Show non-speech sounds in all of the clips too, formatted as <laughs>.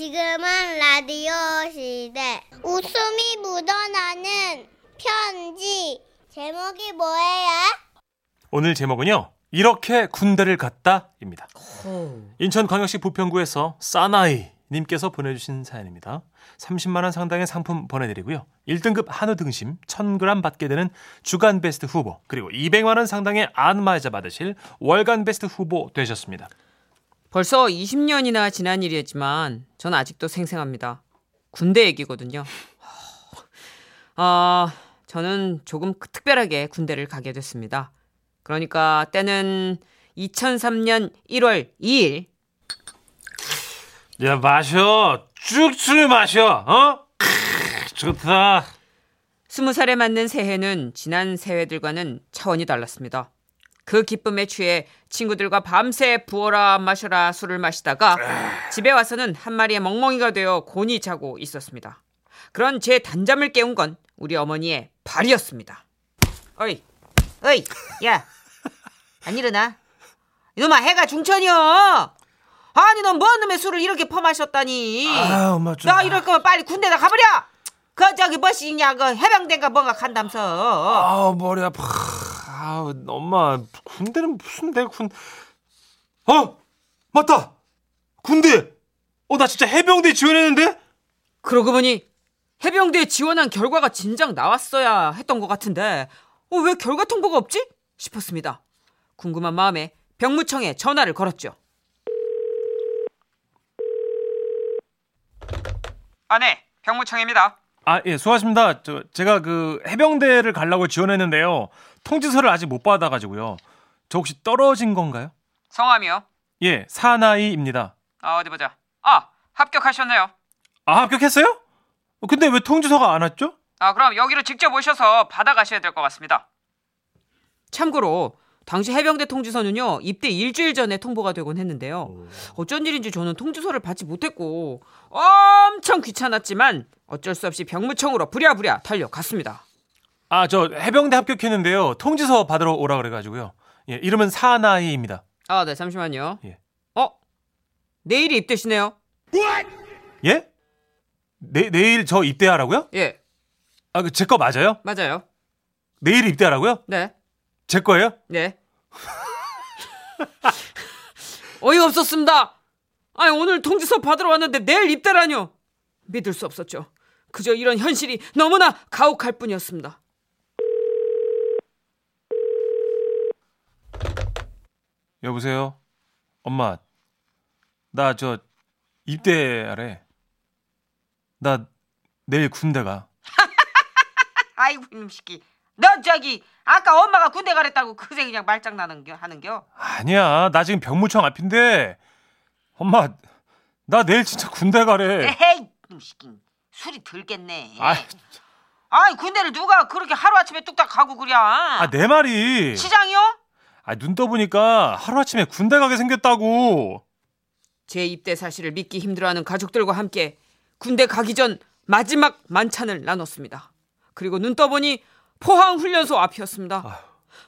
지금은 라디오 시대. 웃음이 묻어나는 편지. 제목이 뭐예요? 오늘 제목은요. 이렇게 군대를 갔다입니다. 인천광역시 부평구에서 사나이 님께서 보내주신 사연입니다. 30만 원 상당의 상품 보내드리고요. 1등급 한우 등심 1,000g 받게 되는 주간 베스트 후보 그리고 200만 원 상당의 안마의자 받으실 월간 베스트 후보 되셨습니다. 벌써 20년이나 지난 일이었지만 전 아직도 생생합니다. 군대 얘기거든요. 아, 저는 조금 그 특별하게 군대를 가게 됐습니다. 그러니까 때는 2003년 1월 2일. 야 마셔 쭉쭉 마셔 어 크으, 좋다. 20살에 맞는 새해는 지난 새해들과는 차원이 달랐습니다. 그 기쁨에 취해 친구들과 밤새 부어라 마셔라 술을 마시다가 집에 와서는 한 마리의 멍멍이가 되어 곤히 자고 있었습니다. 그런 제 단잠을 깨운 건 우리 어머니의 발이었습니다. 어이, 어이, 야, 안 일어나? 이놈아 해가 중천이여. 아니 넌 뭔 놈의 술을 이렇게 퍼마셨다니. 아 엄마 좀. 너 이럴 거면 빨리 군대나 가버려. 그 저기 멋이냐 그 해병대인가 뭔가 간담서. 아우 머리 아파. 아우 엄마 군대는 무슨 내군 어 맞다 군대 어 나 진짜 해병대 지원했는데 그러고 보니 해병대에 지원한 결과가 진작 나왔어야 했던 것 같은데 어, 왜 결과 통보가 없지? 싶었습니다. 궁금한 마음에 병무청에 전화를 걸었죠. 아, 네. 병무청입니다. 아 예 수고하십니다 저 제가 그 해병대를 가려고 지원했는데요 통지서를 아직 못 받아가지고요 저 혹시 떨어진 건가요 성함이요? 예 사나이입니다 아, 어디 보자. 아, 합격하셨네요. 아 합격했어요 어, 근데 왜 통지서가 안 왔죠 아, 그럼 여기로 직접 오셔서 받아가셔야 될 것 같습니다. 참고로 당시 해병대 통지서는요 입대 일주일 전에 통보가 되곤 했는데요. 어쩐 일인지 저는 통지서를 받지 못했고 엄청 귀찮았지만 어쩔 수 없이 병무청으로 부랴부랴 달려갔습니다. 아 저 해병대 합격했는데요 통지서 받으러 오라 그래가지고요 예 이름은 사나이입니다 아, 네 잠시만요. 예. 어, 내일이 입대시네요. 예? 내, 내일 저 입대하라고요? 예, 아, 그 제 거 맞아요? 맞아요. 내일 입대하라고요? 네, 제 거예요? 네. 어이가 없었습니다. 아니 오늘 통지서 받으러 왔는데 내일 입대라뇨. 믿을 수 없었죠. 그저 이런 현실이 너무나 가혹할 뿐이었습니다. 여보세요? 엄마, 나 저 입대하래. 나 내일 군대 가. 아이고 이놈 새끼. 너 저기 아까 엄마가 군대 가랬다고 그새 그냥 말장난하는겨 하는겨. 아니야, 나 지금 병무청 앞인데. 엄마, 나 내일 진짜 군대 가래. 에헤이 이놈 새끼. 술이 들겠네. 아, 아이 군대를 누가 그렇게 하루아침에 뚝딱 가고 그랴. 아, 내 말이. 시장이요? 아, 눈 떠보니까 하루아침에 군대 가게 생겼다고. 제 입대 사실을 믿기 힘들어하는 가족들과 함께 군대 가기 전 마지막 만찬을 나눴습니다. 그리고 눈 떠보니 포항 훈련소 앞이었습니다.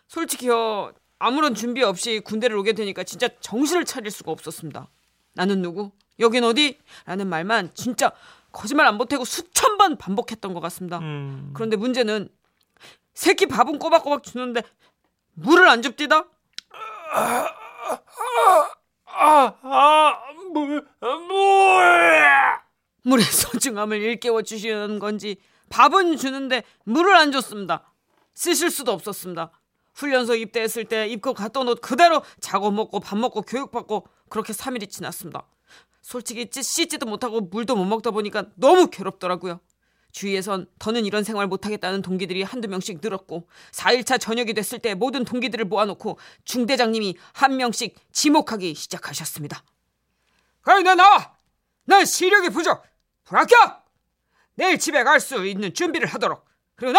솔직히요 아무런 준비 없이 군대를 오게 되니까 진짜 정신을 차릴 수가 없었습니다. 나는 누구? 여긴 어디? 라는 말만 진짜 거짓말 안 보태고 수천 번 반복했던 것 같습니다. 음, 그런데 문제는 새끼 밥은 꼬박꼬박 주는데 물을 안 줍디다? 아, 아, 물, 물. 물의 <laughs> 소중함을 일깨워 주시는 건지 밥은 주는데 물을 안 줬습니다. 쓰실 수도 없었습니다. 훈련소 입대했을 때 입고 갔던 옷 그대로 자고 먹고 밥 먹고 교육받고 그렇게 3일이 지났습니다. 솔직히 찌- 씻지도 못하고 물도 못 먹다 보니까 너무 괴롭더라고요. 주위에선 더는 이런 생활 못하겠다는 동기들이 한두 명씩 늘었고 4일차 저녁이 됐을 때 모든 동기들을 모아놓고 중대장님이 한 명씩 지목하기 시작하셨습니다. 그래 너 나와 난 시력이 부족 불합격 내일 집에 갈 수 있는 준비를 하도록 그리고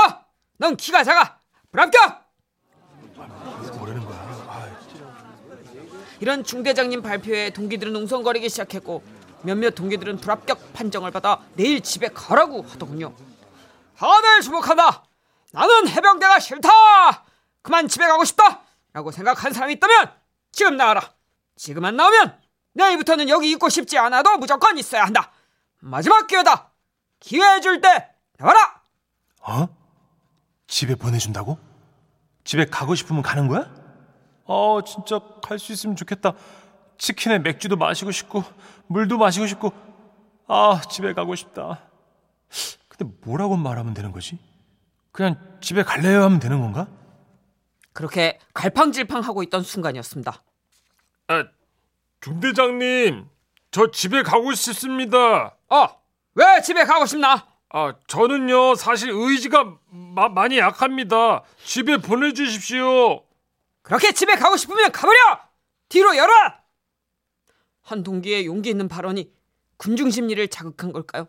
너넌 키가 작아 불합격 이런 중대장님 발표에 동기들은 웅성거리기 시작했고 몇몇 동기들은 불합격 판정을 받아 내일 집에 가라고 하더군요 다들 주목한다 나는 해병대가 싫다 그만 집에 가고 싶다 라고 생각한 사람이 있다면 지금 나와라 지금 안 나오면 내일부터는 여기 있고 싶지 않아도 무조건 있어야 한다 마지막 기회다. 기회 줄 때 나와라. 어? 집에 보내준다고? 집에 가고 싶으면 가는 거야? 아 진짜 갈 수 있으면 좋겠다. 치킨에 맥주도 마시고 싶고 물도 마시고 싶고 아 집에 가고 싶다. 근데 뭐라고 말하면 되는 거지? 그냥 집에 갈래요 하면 되는 건가? 그렇게 갈팡질팡하고 있던 순간이었습니다. 아, 중대장님, 저 집에 가고 싶습니다. 어, 왜 집에 가고 싶나? 아, 저는요, 사실 의지가 마- 많이 약합니다. 집에 보내주십시오. 그렇게 집에 가고 싶으면 가버려! 뒤로 열어! 한 동기의 용기 있는 발언이 군중 심리를 자극한 걸까요?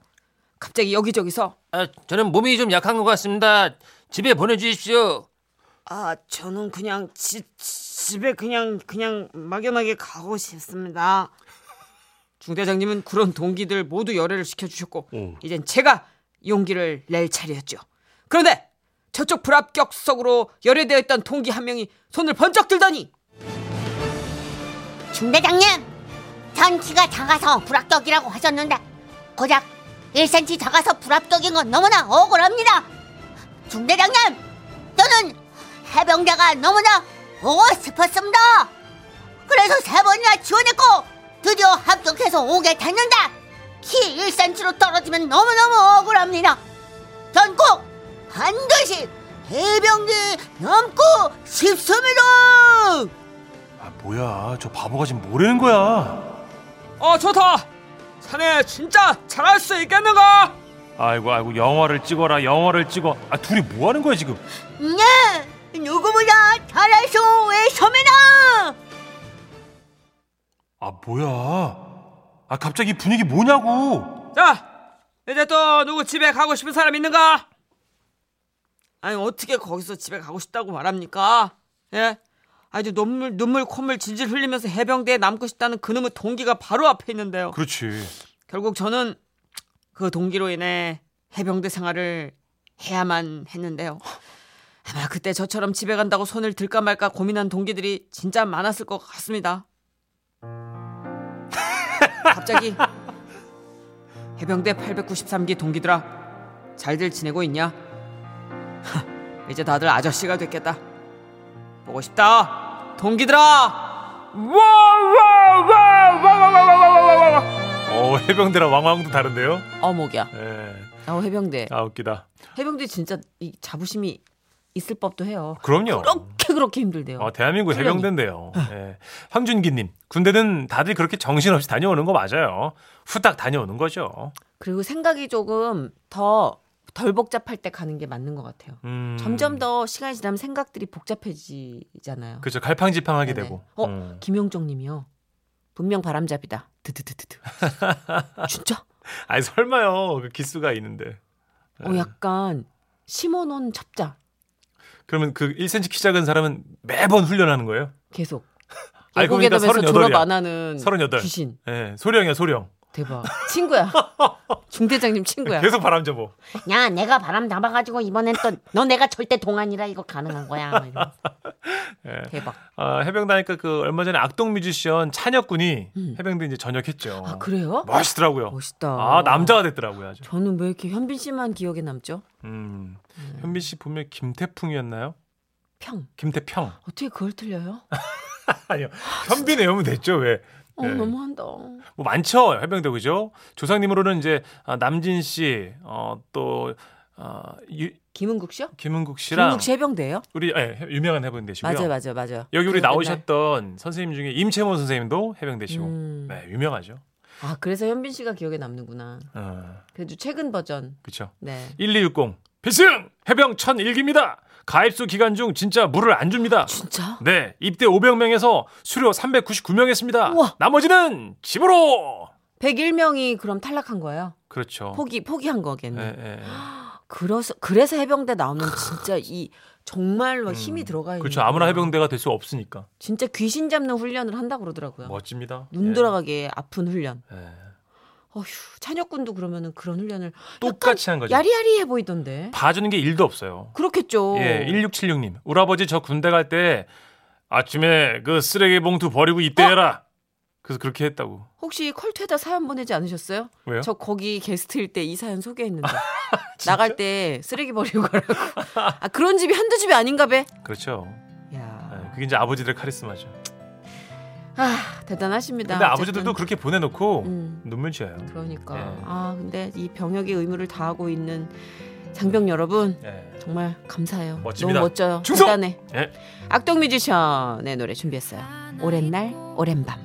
갑자기 여기저기서 아, 저는 몸이 좀 약한 것 같습니다. 집에 보내주십시오. 아 저는 그냥 지, 집에 그냥 그냥 막연하게 가고 싶습니다. 중대장님은 그런 동기들 모두 열애를 시켜주셨고 오. 이젠 제가 용기를 낼 차례였죠. 그런데 저쪽 불합격석으로 열애되어 있던 동기 한 명이 손을 번쩍 들더니 중대장님, 전 키가 작아서 불합격이라고 하셨는데 고작 1cm 작아서 불합격인 건 너무나 억울합니다. 중대장님, 저는 해병대가 너무나 오고 싶었습니다. 그래서 세 번이나 지원했고 드디어 합격해서 오게 됐는데 키 1cm로 떨어지면 너무너무 억울합니다. 전 꼭 반드시 해병대 넘고 싶습니다. 아, 뭐야, 저 바보가 지금 뭐라는 거야? 어 좋다 자네 진짜 잘할 수 있겠는가 아이고, 아이고, 영화를 찍어라, 영화를 찍어. 아, 둘이 뭐 하는 거야, 지금? 네, 누구보다 잘해서 외섭니다. 아, 뭐야. 아, 갑자기 분위기 뭐냐고. 자 이제 또 누구 집에 가고 싶은 사람 있는가 아니 어떻게 거기서 집에 가고 싶다고 말합니까 예 아주 눈물 눈물 콧물 질질 흘리면서 해병대에 남고 싶다는 그놈의 동기가 바로 앞에 있는데요 그렇지. 결국 저는 그 동기로 인해 해병대 생활을 해야만 했는데요. 아마 그때 저처럼 집에 간다고 손을 들까 말까 고민한 동기들이 진짜 많았을 것 같습니다. 갑자기 해병대 893기 동기들아 잘들 지내고 있냐? <laughs> 하, 이제 다들 아저씨가 됐겠다. 보고 싶다. 동기들아. 와와와와와와와와 어, 해병대랑 왕왕도 다른데요? 어목이야. 예. 아우 해병대. 아, 웃기다. 해병대 진짜 이 자부심이 있을 법도 해요. 그럼요. 그렇게 그렇게 힘들대요. 어. 아, 대한민국 훈련이. 해병대인데요. 예. 황준기님, 군대는 다들 그렇게 정신없이 다녀오는 거 맞아요. 후딱 다녀오는 거죠. 그리고 생각이 조금 더 덜 복잡할 때 가는 게 맞는 것 같아요. 음. 점점 더 시간이 지나면 생각들이 복잡해지잖아요. 그죠 그렇죠. 갈팡질팡하게 네네. 되고. 어, 음. 김용종님이요. 분명 바람잡이다. <laughs> 드드드드드. 진짜? 아니 설마요. 그 기수가 있는데. 어, 네. 약간 심어놓은 첩자 그러면 그 1cm 키 작은 사람은 매번 훈련하는 거예요? <laughs> 계속. 알고 외국에 보니까 그러니까 가면서 38 이야. 졸업 안 하는 38. 귀신. 예, 소령이야 소령. 대박. <laughs> 친구야. 중대장님 친구야. 계속 바람잡어. 야, 내가 바람 잡아가지고 이번엔 또 너 내가 절대 동안이라 이거 가능한 거야. 막 이러면서. 대박. 아, 해병대니까 그 얼마 전에 악동 뮤지션 찬혁 군이 해병대 이제 전역했죠. 음. 아 그래요? 멋있더라고요. 멋있다. 아 남자가 됐더라고요 아주. 저는 왜 이렇게 현빈 씨만 기억에 남죠? 음. 현빈 씨 분명 김태풍이었나요? 평. 김태평. <laughs> 어떻게 그걸 틀려요? 아니요. 현빈 외우면 됐죠 왜? 어, 예. 너무한다. 뭐 많죠 해병대 그죠? 조상님으로는 이제 아, 남진 씨, 어, 또 어, 유, 김은국 씨요? 김은국 씨랑 김은국 씨 해병대예요? 우리 예, 유명한 해병대시고요. 맞아요, 맞아요, 맞아요. 여기 우리 그래서 맨날- 나오셨던 선생님 중에 임채원 선생님도 해병대시고 음. 네, 유명하죠. 아 그래서 현빈 씨가 기억에 남는구나. 어, 그래도 최근 버전. 그렇죠. 네. 1260 필승 해병 1001기입니다. 가입수 기간 중 진짜 물을 안 줍니다. 진짜? 네, 입대 500명에서 수료 399명 했습니다. 우와. 나머지는 집으로. 101명이 그럼 탈락한 거예요? 그렇죠. 포기 아, 포기한 거겠네. 예, 예. 그래서 그래서 해병대 나오면 진짜 이 정말 막 힘이 들어가요. 그렇죠. 아무나 해병대가 될 수 없으니까. 진짜 귀신 잡는 훈련을 한다 고 그러더라고요. 멋집니다. 눈 예. 돌아가게 아픈 훈련. 예. 어휴, 찬혁군도 그러면은 그런 훈련을 똑같이 한 거죠. 야리야리해 보이던데. 봐주는 게 일도 없어요. 그렇겠죠. 예, 1676님. 어? 우리 아버지 저 군대 갈 때 아침에 그 쓰레기 봉투 버리고 입대해라. 그래서 그렇게 했다고. 혹시 컬투에다 사연 보내지 않으셨어요? 왜요? 저 거기 게스트일 때 이 사연 <laughs> 소개했는데 나갈 때 쓰레기 버리고 가라고. 아 그런 집이 한두 집이 아닌가 배. 그렇죠. 야, 네, 그게 이제 아버지들 카리스마죠. 아 대단하십니다. 예. 근데 아버지들도 어쨌든. 그렇게 보내놓고 음. 눈물 지어요. 그러니까 예. 아 근데 이 병역의 의무를 다하고 있는 장병 여러분 예. 정말 감사해요. 멋집니다. 너무 멋져요. 충성! 대단해. 예. 악동 뮤지션의 노래 준비했어요. 오랜 날 오랜 밤.